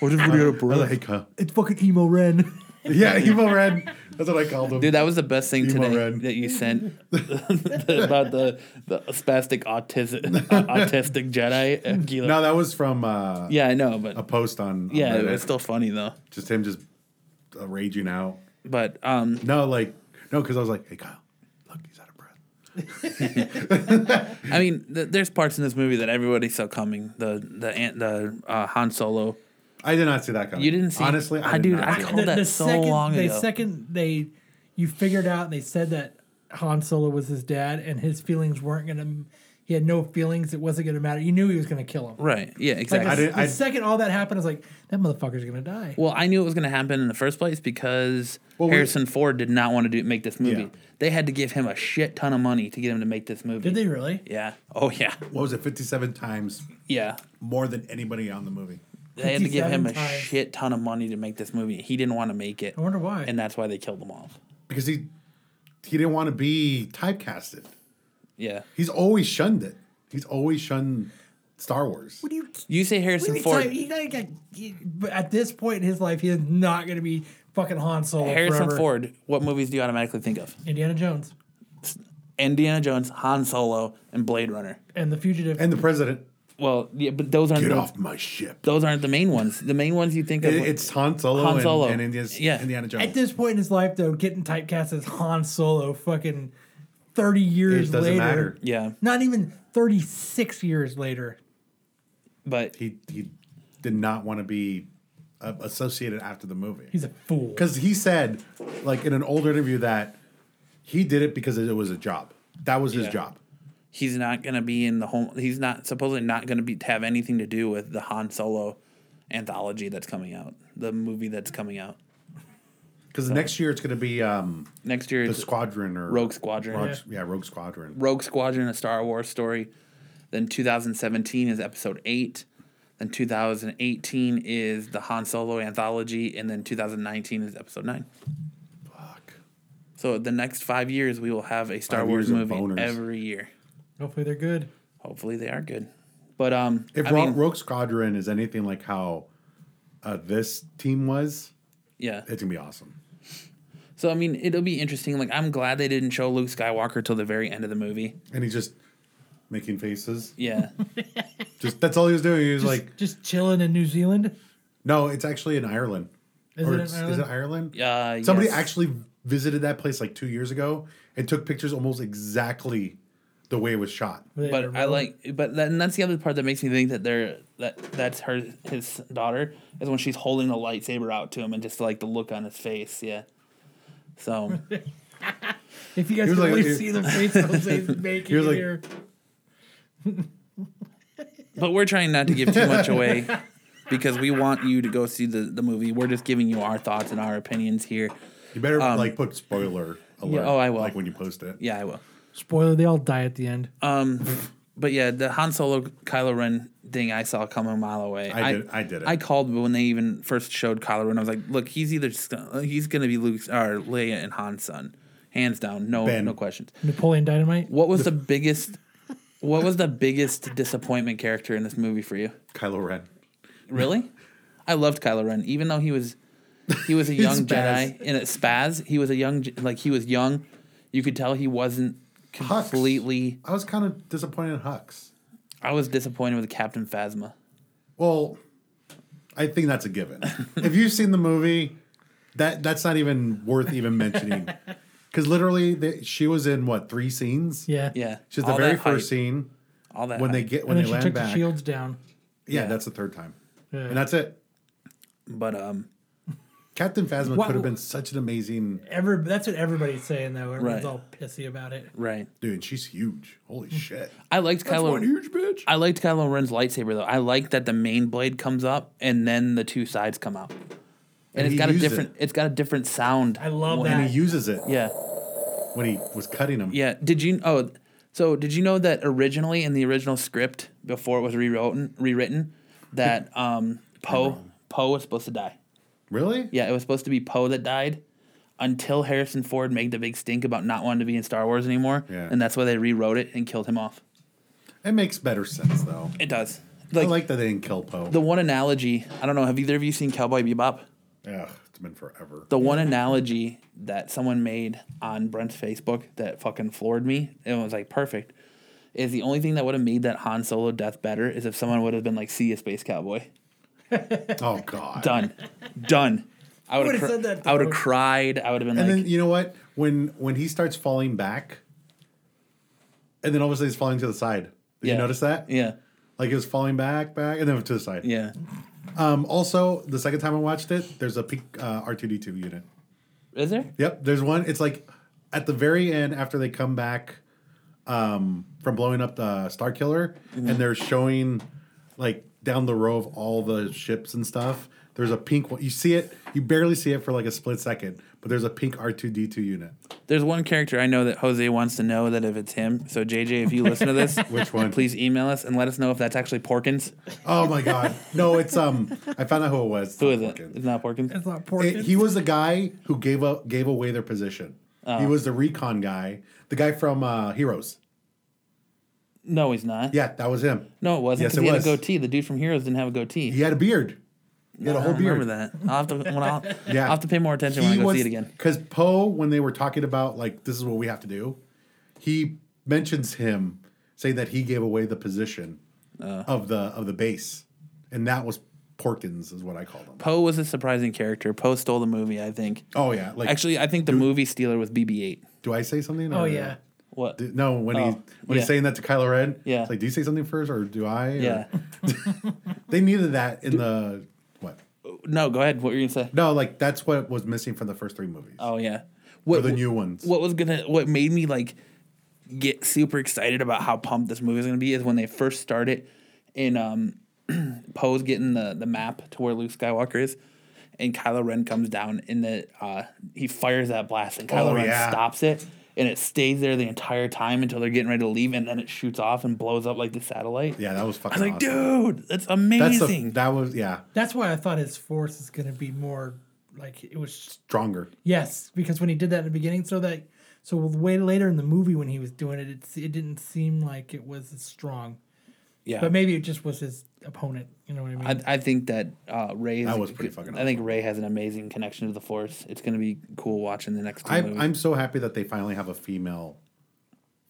Speaker 3: Why's everybody out of
Speaker 5: I
Speaker 3: breath?
Speaker 5: was like, hey, Kyle.
Speaker 4: it's fucking emo Ren.
Speaker 5: <laughs>
Speaker 4: <laughs>
Speaker 5: yeah, emo red. That's what I called him.
Speaker 3: Dude, that was the best thing
Speaker 5: Emo
Speaker 3: today
Speaker 5: red.
Speaker 3: that you
Speaker 5: <laughs>
Speaker 3: sent about the, the spastic
Speaker 5: <laughs>
Speaker 3: autism, autistic Jedi. uh, Gila.
Speaker 5: no, that was from uh,
Speaker 3: yeah, I know,
Speaker 5: a
Speaker 3: but
Speaker 5: post on, on
Speaker 3: yeah,
Speaker 5: Reddit.
Speaker 3: it's still funny though.
Speaker 5: just him just uh, raging out.
Speaker 3: But um,
Speaker 5: No, like no, because I was like, hey, Kyle, look, he's out of breath.
Speaker 3: I mean, th- there's parts in this movie that everybody saw coming. The the ant, the uh, Han Solo.
Speaker 5: I did not see that coming.
Speaker 3: You didn't see-
Speaker 5: honestly. I,
Speaker 3: I-
Speaker 5: did
Speaker 3: dude,
Speaker 5: not
Speaker 3: I
Speaker 5: see that.
Speaker 3: called- that so long
Speaker 4: they
Speaker 3: ago.
Speaker 4: second they you figured out they said that Han Solo was his dad and his feelings weren't gonna. He had no feelings. It wasn't gonna matter. You knew he was gonna kill him.
Speaker 3: Right. Yeah.
Speaker 4: Like
Speaker 3: Exactly.
Speaker 5: I
Speaker 4: the,
Speaker 5: didn't-
Speaker 4: the
Speaker 5: I-
Speaker 4: second all that happened, I was like, that motherfucker's gonna die.
Speaker 3: Well, I knew it was going to happen in the first place because
Speaker 5: Well, we-
Speaker 3: Harrison Ford did not want to do make this movie.
Speaker 5: Yeah.
Speaker 3: They had to give him a shit ton of money to get him to make this movie.
Speaker 4: Did they really?
Speaker 3: Yeah. Oh yeah.
Speaker 5: What was it? Fifty-seven times
Speaker 3: Yeah.
Speaker 5: more than anybody on the movie.
Speaker 3: They had to give him a
Speaker 4: 57 times.
Speaker 3: shit ton of money to make this movie. He didn't want to make it.
Speaker 4: I wonder why.
Speaker 3: And that's why they killed him off.
Speaker 5: Because he he didn't want to be typecasted.
Speaker 3: Yeah.
Speaker 5: He's always shunned it. He's always shunned Star Wars.
Speaker 4: What do you?
Speaker 3: You say
Speaker 4: What do
Speaker 3: Harrison
Speaker 4: you
Speaker 3: Ford.
Speaker 4: mean He, got- he got- he- but at this point in his life, he is not going to be fucking Han Solo.
Speaker 3: Harrison
Speaker 4: forever.
Speaker 3: Ford. What movies do you automatically think of?
Speaker 4: Indiana Jones.
Speaker 3: Indiana Jones, Han Solo, and Blade Runner.
Speaker 4: and the fugitive.
Speaker 5: and the president.
Speaker 3: Well, yeah, but those aren't
Speaker 5: Get
Speaker 3: the,
Speaker 5: off my ship.
Speaker 3: those aren't the main ones. The main ones you think of
Speaker 5: It- it's Han Solo,
Speaker 3: Han
Speaker 5: and-
Speaker 3: Solo.
Speaker 5: and, India's,
Speaker 3: Yeah.
Speaker 5: Indiana Jones.
Speaker 4: At this point in his life, though, getting typecast as Han Solo, fucking thirty years
Speaker 5: it doesn't
Speaker 4: later,
Speaker 5: matter.
Speaker 3: yeah,
Speaker 4: not even thirty six years later.
Speaker 3: but
Speaker 5: He he did not want to be uh, associated after the movie.
Speaker 4: He's a fool.
Speaker 5: because he said like in an older interview that he did it because it was a job that was his
Speaker 3: Yeah.
Speaker 5: job
Speaker 3: he's not gonna be in the home. He's not supposedly not gonna be have anything to do with the Han Solo anthology that's coming out, the movie that's coming out
Speaker 5: because next year it's going to be um
Speaker 3: next year.
Speaker 5: the
Speaker 3: It's
Speaker 5: squadron or
Speaker 3: Rogue Squadron.
Speaker 5: Rogue- yeah. rogue squadron
Speaker 3: Rogue Squadron, a Star Wars story. Then 2017 is Episode Eight. Then 2018 is the Han Solo anthology, and then 2019 is Episode Nine.
Speaker 5: Fuck.
Speaker 3: So the next five years, we will have a Star
Speaker 5: Five
Speaker 3: Wars
Speaker 5: years of
Speaker 3: movie
Speaker 5: boners.
Speaker 3: every year.
Speaker 4: Hopefully, they're good.
Speaker 3: Hopefully, they are good. But um,
Speaker 5: if
Speaker 3: I
Speaker 5: Ro-
Speaker 3: mean,
Speaker 5: rogue squadron is anything like how uh, this team was
Speaker 3: yeah.
Speaker 5: it's gonna be awesome
Speaker 3: So I mean, it'll be interesting. Like I'm glad they didn't show Luke Skywalker till the very end of the movie.
Speaker 5: and he's just making faces
Speaker 3: Yeah, <laughs>
Speaker 5: just that's all he was doing he was
Speaker 4: Just,
Speaker 5: like
Speaker 4: just chilling in New Zealand.
Speaker 5: no it's actually in ireland
Speaker 4: Is
Speaker 5: or
Speaker 4: it in
Speaker 5: it's-
Speaker 4: Ireland?
Speaker 5: is it ireland
Speaker 3: Uh,
Speaker 5: somebody
Speaker 3: yes.
Speaker 5: actually visited that place like two years ago and took pictures almost exactly the way it was shot
Speaker 4: They were
Speaker 3: but I
Speaker 4: really-
Speaker 3: like. But then that's the other part that makes me think that they're that that's her his daughter is when she's holding the lightsaber out to him and just like the look on his face. Yeah.
Speaker 4: <laughs>
Speaker 3: So
Speaker 4: If you guys
Speaker 5: He
Speaker 4: could
Speaker 5: was like-
Speaker 4: really see the face Jose's
Speaker 5: <laughs>
Speaker 4: making
Speaker 5: was like-
Speaker 4: here,
Speaker 3: But we're trying not to give too much away because we want you to go see the, the movie. We're just giving you our thoughts and our opinions here.
Speaker 5: You better like put spoiler alert.
Speaker 3: Um, oh, I will.
Speaker 5: Like when you post it.
Speaker 3: Yeah, I will.
Speaker 4: spoiler, they all die at the end.
Speaker 3: Uh, But yeah, the Han Solo Kylo Ren thing I saw coming a mile away.
Speaker 5: I did- I did it.
Speaker 3: I called when they even first showed Kylo Ren. I was like, look, he's either just gonna, he's going to be Luke's or Leia and Han's son, hands down. No,
Speaker 5: Ben.
Speaker 3: no questions.
Speaker 4: Napoleon Dynamite.
Speaker 3: What
Speaker 5: <laughs>
Speaker 3: was the biggest? What was the biggest disappointment character in this movie for you?
Speaker 5: Kylo Ren.
Speaker 3: Really? I loved Kylo Ren, even though he was he
Speaker 5: <laughs>
Speaker 3: was a young
Speaker 5: spaz.
Speaker 3: Jedi in a spaz. He was a young Je- like he was young. You could tell he wasn't
Speaker 5: Hux.
Speaker 3: completely.
Speaker 5: I was kind of disappointed in Hux.
Speaker 3: I was disappointed with Captain Phasma.
Speaker 5: Well, I think that's a
Speaker 3: <laughs>
Speaker 5: given. if you've seen the movie, that that's not even worth even
Speaker 3: <laughs>
Speaker 5: mentioning. Because literally, they, she was in what three scenes?
Speaker 4: Yeah.
Speaker 3: Yeah,
Speaker 5: she's the
Speaker 3: all
Speaker 5: very
Speaker 3: that hype,
Speaker 5: first scene
Speaker 3: All that
Speaker 5: when they
Speaker 3: hype.
Speaker 5: get when
Speaker 4: And
Speaker 5: they
Speaker 4: then she
Speaker 5: land
Speaker 4: took
Speaker 5: back.
Speaker 4: the shields down.
Speaker 5: Yeah,
Speaker 3: Yeah.
Speaker 5: that's the third time,
Speaker 4: Yeah.
Speaker 5: and that's it.
Speaker 3: but um,
Speaker 5: Captain Phasma
Speaker 4: Wha-
Speaker 5: could have been such an amazing
Speaker 4: Every, that's what everybody's saying though.
Speaker 3: Right.
Speaker 4: Everyone's all pissy about it.
Speaker 3: right.
Speaker 5: dude. She's huge. Holy
Speaker 4: Hmm.
Speaker 5: shit!
Speaker 3: I liked
Speaker 5: That's one
Speaker 3: Kylo.
Speaker 5: huge bitch.
Speaker 3: I liked Kylo Ren's lightsaber though. I liked that the main blade comes up and then the two sides come out, and, it's
Speaker 5: he
Speaker 3: got a
Speaker 5: used
Speaker 3: different. It. has got a different sound.
Speaker 4: I love
Speaker 3: when-
Speaker 4: that.
Speaker 5: and he uses it
Speaker 3: Yeah.
Speaker 5: when he was cutting him.
Speaker 3: Yeah. Did you? Oh, so did you know that originally in the original script before it was rewritten, rewritten,
Speaker 5: <laughs>
Speaker 3: that um, Poe Poe was supposed to die.
Speaker 5: Really?
Speaker 3: Yeah, it was supposed to be Poe that died, until Harrison Ford made the big stink about not wanting to be in Star Wars anymore,
Speaker 5: Yeah.
Speaker 3: and that's why they rewrote it and killed him off.
Speaker 5: It makes better sense though.
Speaker 3: It does.
Speaker 5: I
Speaker 3: Like,
Speaker 5: like that they didn't kill Poe.
Speaker 3: the one analogy. I don't know. Have either of you seen Cowboy Bebop?
Speaker 5: Ugh, it's been forever.
Speaker 3: The one analogy that someone made on Brent's Facebook that fucking floored me and was like perfect is the only thing that would have made that Han Solo death better is if someone would have been like, "See you, space cowboy."
Speaker 5: oh
Speaker 4: <laughs>
Speaker 5: god.
Speaker 3: Done, done. I would have.
Speaker 4: would've
Speaker 3: Cr-
Speaker 4: said that
Speaker 3: I would have
Speaker 4: though.
Speaker 3: cried. I would have been
Speaker 5: And
Speaker 3: like,
Speaker 5: then you know what? When when he starts falling back, and then all of a sudden he's falling to the side. Did
Speaker 3: Yeah.
Speaker 5: you notice that?
Speaker 3: "Yeah,
Speaker 5: Like he was falling back, back, and then to the side.
Speaker 3: yeah."
Speaker 5: Um, also, the second time I watched it, there's a peak uh, R2D2 unit.
Speaker 3: Is there?
Speaker 5: Yep, there's one. It's like at the very end after they come back um, from blowing up the Star Killer,
Speaker 3: Mm-hmm.
Speaker 5: and they're showing like down the row of all the ships and stuff. There's a pink one. You see it. You barely see it for like a split second, but there's a pink R two D two unit.
Speaker 3: There's one character I know that Jose wants to know that if it's him. So JJ, if you listen to <laughs> this,
Speaker 5: Which one?
Speaker 3: please email us and let us know if that's actually Porkins.
Speaker 5: Oh my god! No, it's um. I found out who it was.
Speaker 3: Who is it? It's not Porkins.
Speaker 4: It's not pork.
Speaker 5: It- he was the guy who gave up gave away their position.
Speaker 3: Oh.
Speaker 5: He was the recon guy, the guy from uh, Heroes.
Speaker 3: No, he's not.
Speaker 5: Yeah, that was him.
Speaker 3: No, it wasn't.
Speaker 5: Yes,
Speaker 3: Because
Speaker 5: it
Speaker 3: he had
Speaker 5: was.
Speaker 3: a goatee. The dude from Heroes didn't have a goatee.
Speaker 5: He had a beard. He had a
Speaker 3: I
Speaker 5: whole
Speaker 3: don't
Speaker 5: beard.
Speaker 3: remember that. I'll have to. When I'll,
Speaker 5: <laughs> Yeah.
Speaker 3: I'll have to pay more attention when I go see it again.
Speaker 5: Because Poe, when they were talking about like this is what we have to do, he mentions him saying that he gave away the position
Speaker 3: Uh.
Speaker 5: of the of the base, and that was Porkins, is what I called him.
Speaker 3: Poe was a surprising character. Poe stole the movie, I think.
Speaker 5: Oh yeah, like
Speaker 3: Actually, I think the movie stealer was BB-8.
Speaker 5: do I say something?
Speaker 4: Oh
Speaker 5: or-
Speaker 4: yeah.
Speaker 3: What?
Speaker 5: D- No, when he
Speaker 3: Oh, yeah.
Speaker 5: when he's saying that to Kylo Ren,
Speaker 3: Yeah.
Speaker 5: it's like, do you say something first or do I? Or-
Speaker 3: yeah.
Speaker 5: they needed that in the what?
Speaker 3: no, go ahead. What were you gonna say?
Speaker 5: No, like that's what was missing from the first three movies
Speaker 3: Oh yeah.
Speaker 5: or
Speaker 3: What
Speaker 5: the new ones.
Speaker 3: What was gonna? What made me like get super excited about how pumped this movie is gonna be is when they first start it, and um, <clears throat> Poe's getting the the map to where Luke Skywalker is, and Kylo Ren comes down and the uh, he fires that blast and Kylo
Speaker 5: Oh,
Speaker 3: Ren
Speaker 5: yeah.
Speaker 3: stops it. And it stays there the entire time until they're getting ready to leave, and then it shoots off and blows up like the satellite.
Speaker 5: yeah, that was
Speaker 3: I was
Speaker 5: fucking.
Speaker 3: like,
Speaker 5: awesome.
Speaker 3: dude, that's
Speaker 5: that's the-
Speaker 3: amazing.
Speaker 5: that was yeah
Speaker 4: That's why I thought his force is going to be more like it was.
Speaker 5: stronger.
Speaker 4: Yes, because when he did that in the beginning, so that so way later in the movie when he was doing it, it it didn't seem like it was as strong.
Speaker 3: yeah,
Speaker 4: But maybe it just was his opponent. You know what I mean?
Speaker 3: I, I think that uh, Ray.
Speaker 5: That was pretty fucking
Speaker 3: I think Ray has an amazing connection to the Force. It's gonna be cool watching the next. Two
Speaker 5: I,
Speaker 3: movies.
Speaker 5: I'm so happy that they finally have a female,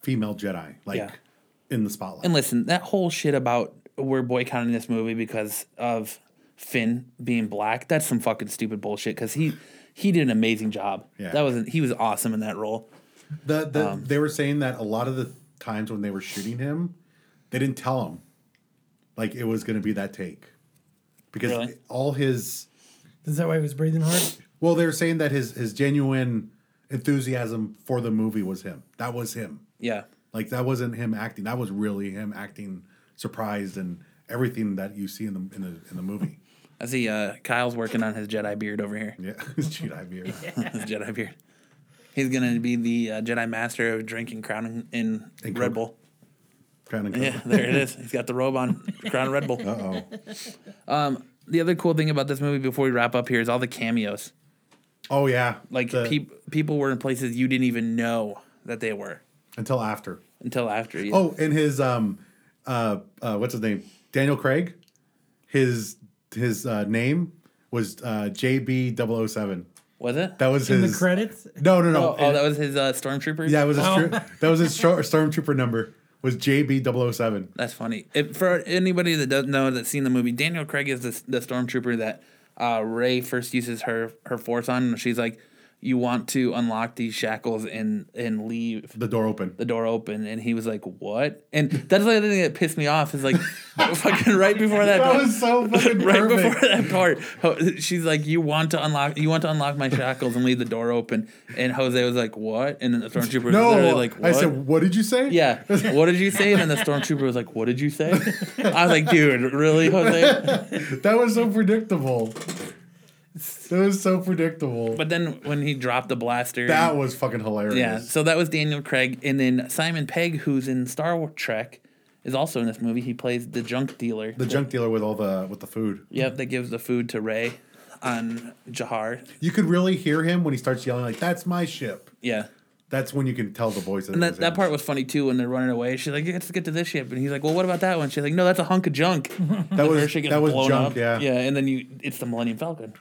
Speaker 5: female Jedi like
Speaker 3: Yeah.
Speaker 5: in the spotlight.
Speaker 3: and listen, that whole shit about we're boycotting this movie because of Finn being black. That's some fucking stupid bullshit. Because he he did an amazing job.
Speaker 5: Yeah.
Speaker 3: That was he was awesome in that role.
Speaker 5: the, the
Speaker 3: um,
Speaker 5: they were saying that a lot of the times when they were shooting him, they didn't tell him, like it was going to be that take, because
Speaker 3: Really?
Speaker 5: all his
Speaker 4: is that why he was breathing hard?
Speaker 5: well they were saying that his his genuine enthusiasm for the movie was him. That was him.
Speaker 3: Yeah,
Speaker 5: Like that wasn't him acting. That was really him acting surprised and everything that you see in the in the in the movie. <laughs>
Speaker 3: I see. Uh, Kyle's working on his Jedi beard over here. <laughs>
Speaker 5: Yeah, <laughs> Jedi beard.
Speaker 3: his Jedi beard. He's gonna be the uh, Jedi master of drinking Crown in
Speaker 5: And
Speaker 3: Red
Speaker 5: Coke.
Speaker 3: Bull.
Speaker 5: Crown and
Speaker 3: Yeah, there it is. He's got the robe on, Crown Red Bull. Um,
Speaker 5: Uh oh.
Speaker 3: The other cool thing about this movie before we wrap up here is all the cameos.
Speaker 5: Oh yeah.
Speaker 3: Like
Speaker 5: The-
Speaker 3: peop- people were in places you didn't even know that they were
Speaker 5: until after.
Speaker 3: until after. Yeah.
Speaker 5: Oh, and his um, uh, uh, what's his name? Daniel Craig. His his uh, name was uh, JB007.
Speaker 3: was it?
Speaker 5: That was
Speaker 4: In the
Speaker 5: his
Speaker 4: credits,
Speaker 5: No, no,
Speaker 3: oh,
Speaker 5: no.
Speaker 3: oh, that was his uh, stormtrooper.
Speaker 5: yeah, it was his
Speaker 4: Oh.
Speaker 5: stro- that was his stro- stormtrooper number was JB007.
Speaker 3: that's funny. If, for anybody that doesn't know that's seen the movie, Daniel Craig is the, the stormtrooper that uh, Ray first uses her her force on, and she's like, "You want to unlock these shackles and and leave."
Speaker 5: The door open.
Speaker 3: the door open and he was like, What? And that's the other thing that pissed me off is like <laughs> fucking right before that.
Speaker 5: That was so fucking
Speaker 3: <laughs> right
Speaker 5: perfect.
Speaker 3: before that part. Ho- She's like, You want to unlock you want to unlock my shackles and leave the door open. And Jose was like, What? And then the stormtrooper
Speaker 5: No,
Speaker 3: was literally like, What?
Speaker 5: I said, what did you say?
Speaker 3: yeah. What did you say? And then the stormtrooper was like, What did you say? I was like, Dude, really, Jose?
Speaker 5: That was so predictable. That was so predictable.
Speaker 3: But then when he dropped the blaster,
Speaker 5: that was fucking hilarious.
Speaker 3: Yeah, so that was Daniel Craig, and then Simon Pegg, who's in Star Trek, is also in this movie. He plays the junk dealer.
Speaker 5: the junk dealer with all the with the food.
Speaker 3: Yep, that gives the food to Ray on Jahar.
Speaker 5: You could really hear him when he starts yelling like, "That's my ship."
Speaker 3: Yeah.
Speaker 5: That's when you can tell the voice.
Speaker 3: And that, that part was funny too when they're running away. She's like, let's get to this ship. And he's like, well, what about that one? She's like, no, that's a hunk of junk.
Speaker 5: that was
Speaker 3: Hershey gets
Speaker 5: that was
Speaker 3: blown
Speaker 5: junk.
Speaker 3: up.
Speaker 5: Yeah.
Speaker 3: Yeah, and then you it's the Millennium Falcon.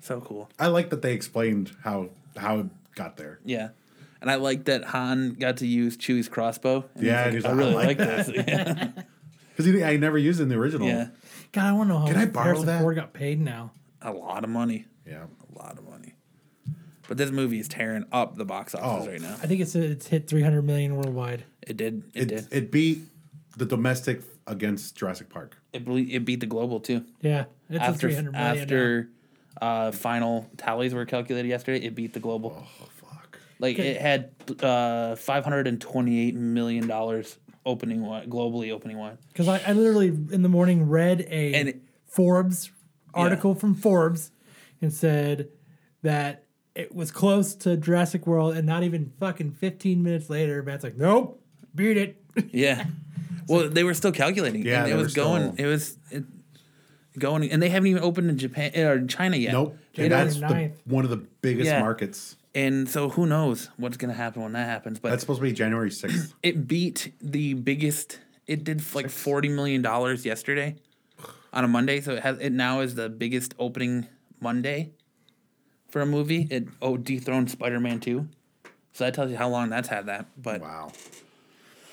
Speaker 3: So cool.
Speaker 5: I like that they explained how how it got there.
Speaker 3: Yeah. And I like that Han got to use Chewie's crossbow. And
Speaker 5: Yeah,
Speaker 3: he's
Speaker 5: he's
Speaker 3: like, I
Speaker 5: like,
Speaker 3: really
Speaker 5: "I
Speaker 3: like,
Speaker 5: like
Speaker 3: this. <laughs> Yeah.
Speaker 5: Because I never used it in the original.
Speaker 3: yeah.
Speaker 4: God, I want to know how
Speaker 5: Can I borrow
Speaker 4: Harrison
Speaker 5: that?
Speaker 4: Ford got paid now.
Speaker 3: A lot of money.
Speaker 5: Yeah.
Speaker 3: A lot of money. But this movie is tearing up the box office
Speaker 5: Oh.
Speaker 3: right now.
Speaker 4: I think it's it's hit 300 million worldwide.
Speaker 3: It did. It,
Speaker 5: It
Speaker 3: did.
Speaker 5: it, beat the domestic against Jurassic Park.
Speaker 3: It, ble- it beat the global too.
Speaker 4: Yeah, it's a
Speaker 3: after
Speaker 4: 300 million. now.
Speaker 3: after uh, final tallies were calculated yesterday, it beat the global.
Speaker 5: Oh fuck.
Speaker 3: like
Speaker 4: Okay.
Speaker 3: it had uh, five hundred and twenty-eight million dollars opening one globally opening one.
Speaker 4: Because I, I literally in the morning read a
Speaker 3: And it-
Speaker 4: Forbes article from Forbes and said that it was close to Jurassic World, and not even fucking 15 minutes later, Matt's like, nope, beat it. <laughs>
Speaker 5: <laughs>
Speaker 3: Yeah. Well, they were still calculating.
Speaker 5: Yeah,
Speaker 3: and it
Speaker 5: they
Speaker 3: was
Speaker 5: were
Speaker 3: going.
Speaker 5: still-
Speaker 3: It was it, going, and they haven't even opened in Japan or China yet.
Speaker 5: Nope.
Speaker 4: January
Speaker 5: And that's the,
Speaker 4: ninth.
Speaker 5: one of the biggest
Speaker 3: Yeah.
Speaker 5: markets.
Speaker 3: And so who knows what's gonna happen when that happens? But
Speaker 5: That's supposed to be January sixth.
Speaker 3: it beat the biggest. It did like forty million dollars yesterday on a Monday, so it has it now is the biggest opening Monday for a movie. It oh dethroned Spider Man Two, So that tells you how long that's had that. But
Speaker 5: <coughs> Wow.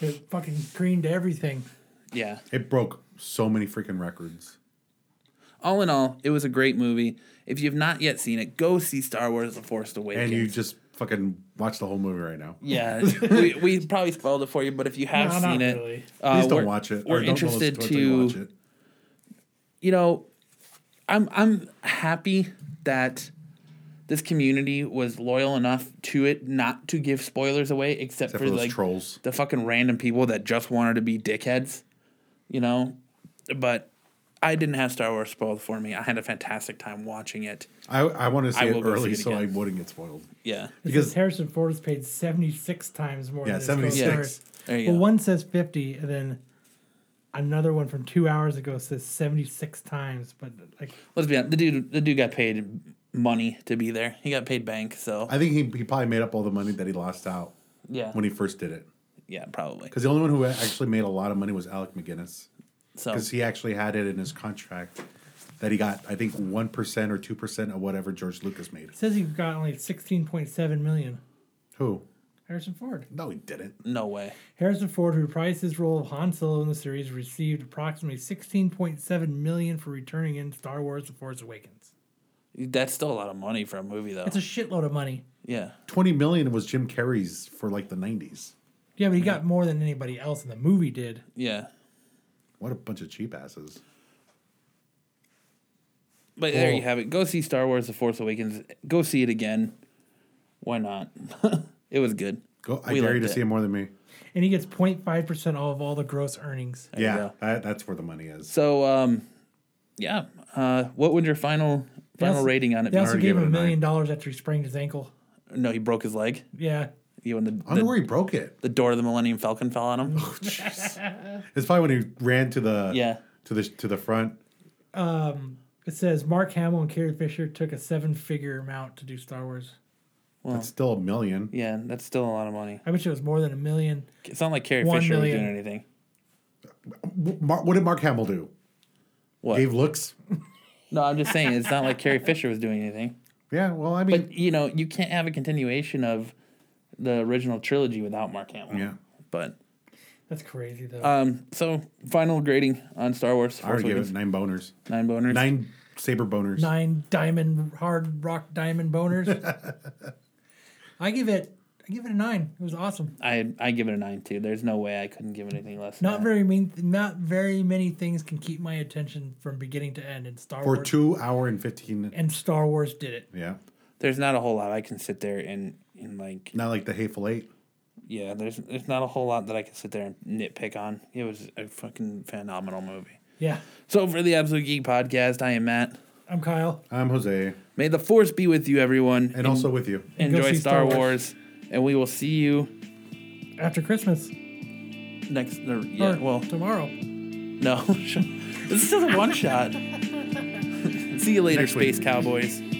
Speaker 4: It fucking creamed everything.
Speaker 3: yeah,
Speaker 5: It broke so many freaking records.
Speaker 3: all in all, it was a great movie. If you've not yet seen it, go see Star Wars: The Force Awakens.
Speaker 5: And you just fucking watch the whole movie right now. <laughs>
Speaker 3: yeah, we, we probably spoiled it for you, but if you have
Speaker 4: No, not
Speaker 3: seen it,
Speaker 4: really.
Speaker 3: uh,
Speaker 5: Please
Speaker 3: we're-
Speaker 5: don't watch it.
Speaker 3: We're
Speaker 5: or don't listen
Speaker 3: interested
Speaker 5: it till you
Speaker 3: to
Speaker 5: watch it.
Speaker 3: you know, I'm I'm happy that this community was loyal enough to it not to give spoilers away, except,
Speaker 5: Except
Speaker 3: for,
Speaker 5: for those
Speaker 3: like
Speaker 5: trolls.
Speaker 3: the fucking random people that just wanted to be dickheads, you know. But I didn't have Star Wars spoiled for me. I had a fantastic time watching it.
Speaker 5: I, I want to see
Speaker 3: I
Speaker 5: it
Speaker 3: will go see
Speaker 5: early
Speaker 3: it
Speaker 5: so I
Speaker 3: again.
Speaker 5: wouldn't get spoiled.
Speaker 3: Yeah,
Speaker 4: Because
Speaker 5: Because-
Speaker 4: Harrison Ford is paid 76 times more
Speaker 5: Yeah,
Speaker 4: than his
Speaker 5: 76.
Speaker 4: co-stars.
Speaker 3: There you
Speaker 4: Well,
Speaker 3: go.
Speaker 4: one says 50, and then another one from two hours ago says 76 times. But, like,
Speaker 3: let's be honest. The dude, the dude got paid money to be there. He got paid bank. So
Speaker 5: I think he, he probably made up all the money that he lost out
Speaker 3: yeah,
Speaker 5: when he first did it.
Speaker 3: yeah, probably.
Speaker 5: Because the only one who actually made a lot of money was Alec McGinnis.
Speaker 3: So
Speaker 5: Because he actually had it in his contract that he got, I think, 1% or 2% of whatever George Lucas made.
Speaker 4: it says he got only 16.7 million.
Speaker 5: Who?
Speaker 4: Harrison Ford.
Speaker 5: No, he didn't.
Speaker 3: no way.
Speaker 4: Harrison Ford, who reprised his role of Han Solo in the series, received approximately 16.7 million for returning in Star Wars: The Force Awakens.
Speaker 3: That's still a lot of money for a movie, though.
Speaker 4: That's a shitload of money.
Speaker 3: yeah.
Speaker 5: 20 million was Jim Carrey's for like the 90s.
Speaker 4: Yeah, but he got more than anybody else in the movie did.
Speaker 3: Yeah.
Speaker 5: What a bunch of cheap asses.
Speaker 3: But there
Speaker 5: Cool.
Speaker 3: you have it. Go see Star Wars: The Force Awakens. Go see it again. Why not? <laughs> it was good.
Speaker 5: Go, I
Speaker 3: We
Speaker 5: dare you to
Speaker 3: liked it.
Speaker 5: see it more than me.
Speaker 4: And he gets 0.5% off of all the gross earnings.
Speaker 3: you
Speaker 5: yeah,
Speaker 3: go.
Speaker 5: that, that's where the money is.
Speaker 3: So, um, yeah. Uh, what would your final
Speaker 4: They
Speaker 3: final
Speaker 4: also-
Speaker 3: rating on it
Speaker 4: They
Speaker 3: be?
Speaker 4: also
Speaker 5: already
Speaker 4: gave
Speaker 5: gave
Speaker 4: him
Speaker 5: it
Speaker 4: a
Speaker 5: a
Speaker 4: million
Speaker 5: nine.
Speaker 4: dollars after he sprained his ankle.
Speaker 3: No, he broke his leg.
Speaker 4: Yeah.
Speaker 3: You and the
Speaker 5: I wonder
Speaker 3: the,
Speaker 5: where he broke it.
Speaker 3: the door of the Millennium Falcon fell on
Speaker 5: <laughs>
Speaker 3: him.
Speaker 5: It's probably when he ran to the
Speaker 3: Yeah.
Speaker 5: to the to the front.
Speaker 4: It says Mark Hamill and Carrie Fisher took a seven figure amount to do Star Wars.
Speaker 5: That's still a million.
Speaker 3: yeah, that's still a lot of money.
Speaker 4: I bet you it was more than a million.
Speaker 3: It's not like Carrie
Speaker 4: One
Speaker 3: Fisher
Speaker 4: million.
Speaker 3: was doing anything.
Speaker 5: W- Mar- what did Mark Hamill do?
Speaker 3: What?
Speaker 5: Gave looks.
Speaker 3: No, I'm just saying it's not like Carrie Fisher was doing anything.
Speaker 5: Yeah. Well, I mean,
Speaker 3: But you know, you can't have a continuation of the original trilogy without Mark Hamill.
Speaker 5: yeah.
Speaker 3: But
Speaker 4: That's crazy, though.
Speaker 3: Um, so final grading on Star Wars.
Speaker 5: I
Speaker 3: Force
Speaker 5: already gave
Speaker 3: Awakens,
Speaker 5: it nine boners.
Speaker 3: nine boners.
Speaker 5: Nine saber boners.
Speaker 4: Nine diamond, hard rock diamond boners. I give it. I give it a nine. It was awesome.
Speaker 3: I I give it a nine too. There's no way I couldn't give it anything less. than
Speaker 4: Not
Speaker 3: that.
Speaker 4: very mean. Not very many things can keep my attention from beginning to end. And Star
Speaker 5: For
Speaker 4: Wars
Speaker 5: two hour and fifteen.
Speaker 4: and Star Wars did it.
Speaker 5: yeah.
Speaker 3: There's not a whole lot I can sit there and and like
Speaker 5: Not like the hateful eight.
Speaker 3: yeah. There's there's not a whole lot that I can sit there and nitpick on. It was a fucking phenomenal movie.
Speaker 4: Yeah.
Speaker 3: So for the Absolute Geek Podcast, I am Matt.
Speaker 4: I'm Kyle.
Speaker 5: I'm Jose, and,
Speaker 3: May the force be with you, everyone. En-
Speaker 5: also with you.
Speaker 4: go
Speaker 3: enjoy
Speaker 4: see Star
Speaker 3: Star
Speaker 4: Wars.
Speaker 3: Wars, and we will see you
Speaker 4: After Christmas.
Speaker 3: next. Or, yeah,
Speaker 4: Or
Speaker 3: well, <laughs>
Speaker 4: tomorrow. <laughs>
Speaker 3: no, this is just a one shot. see you later,
Speaker 5: Next week.
Speaker 3: Space Cowboys.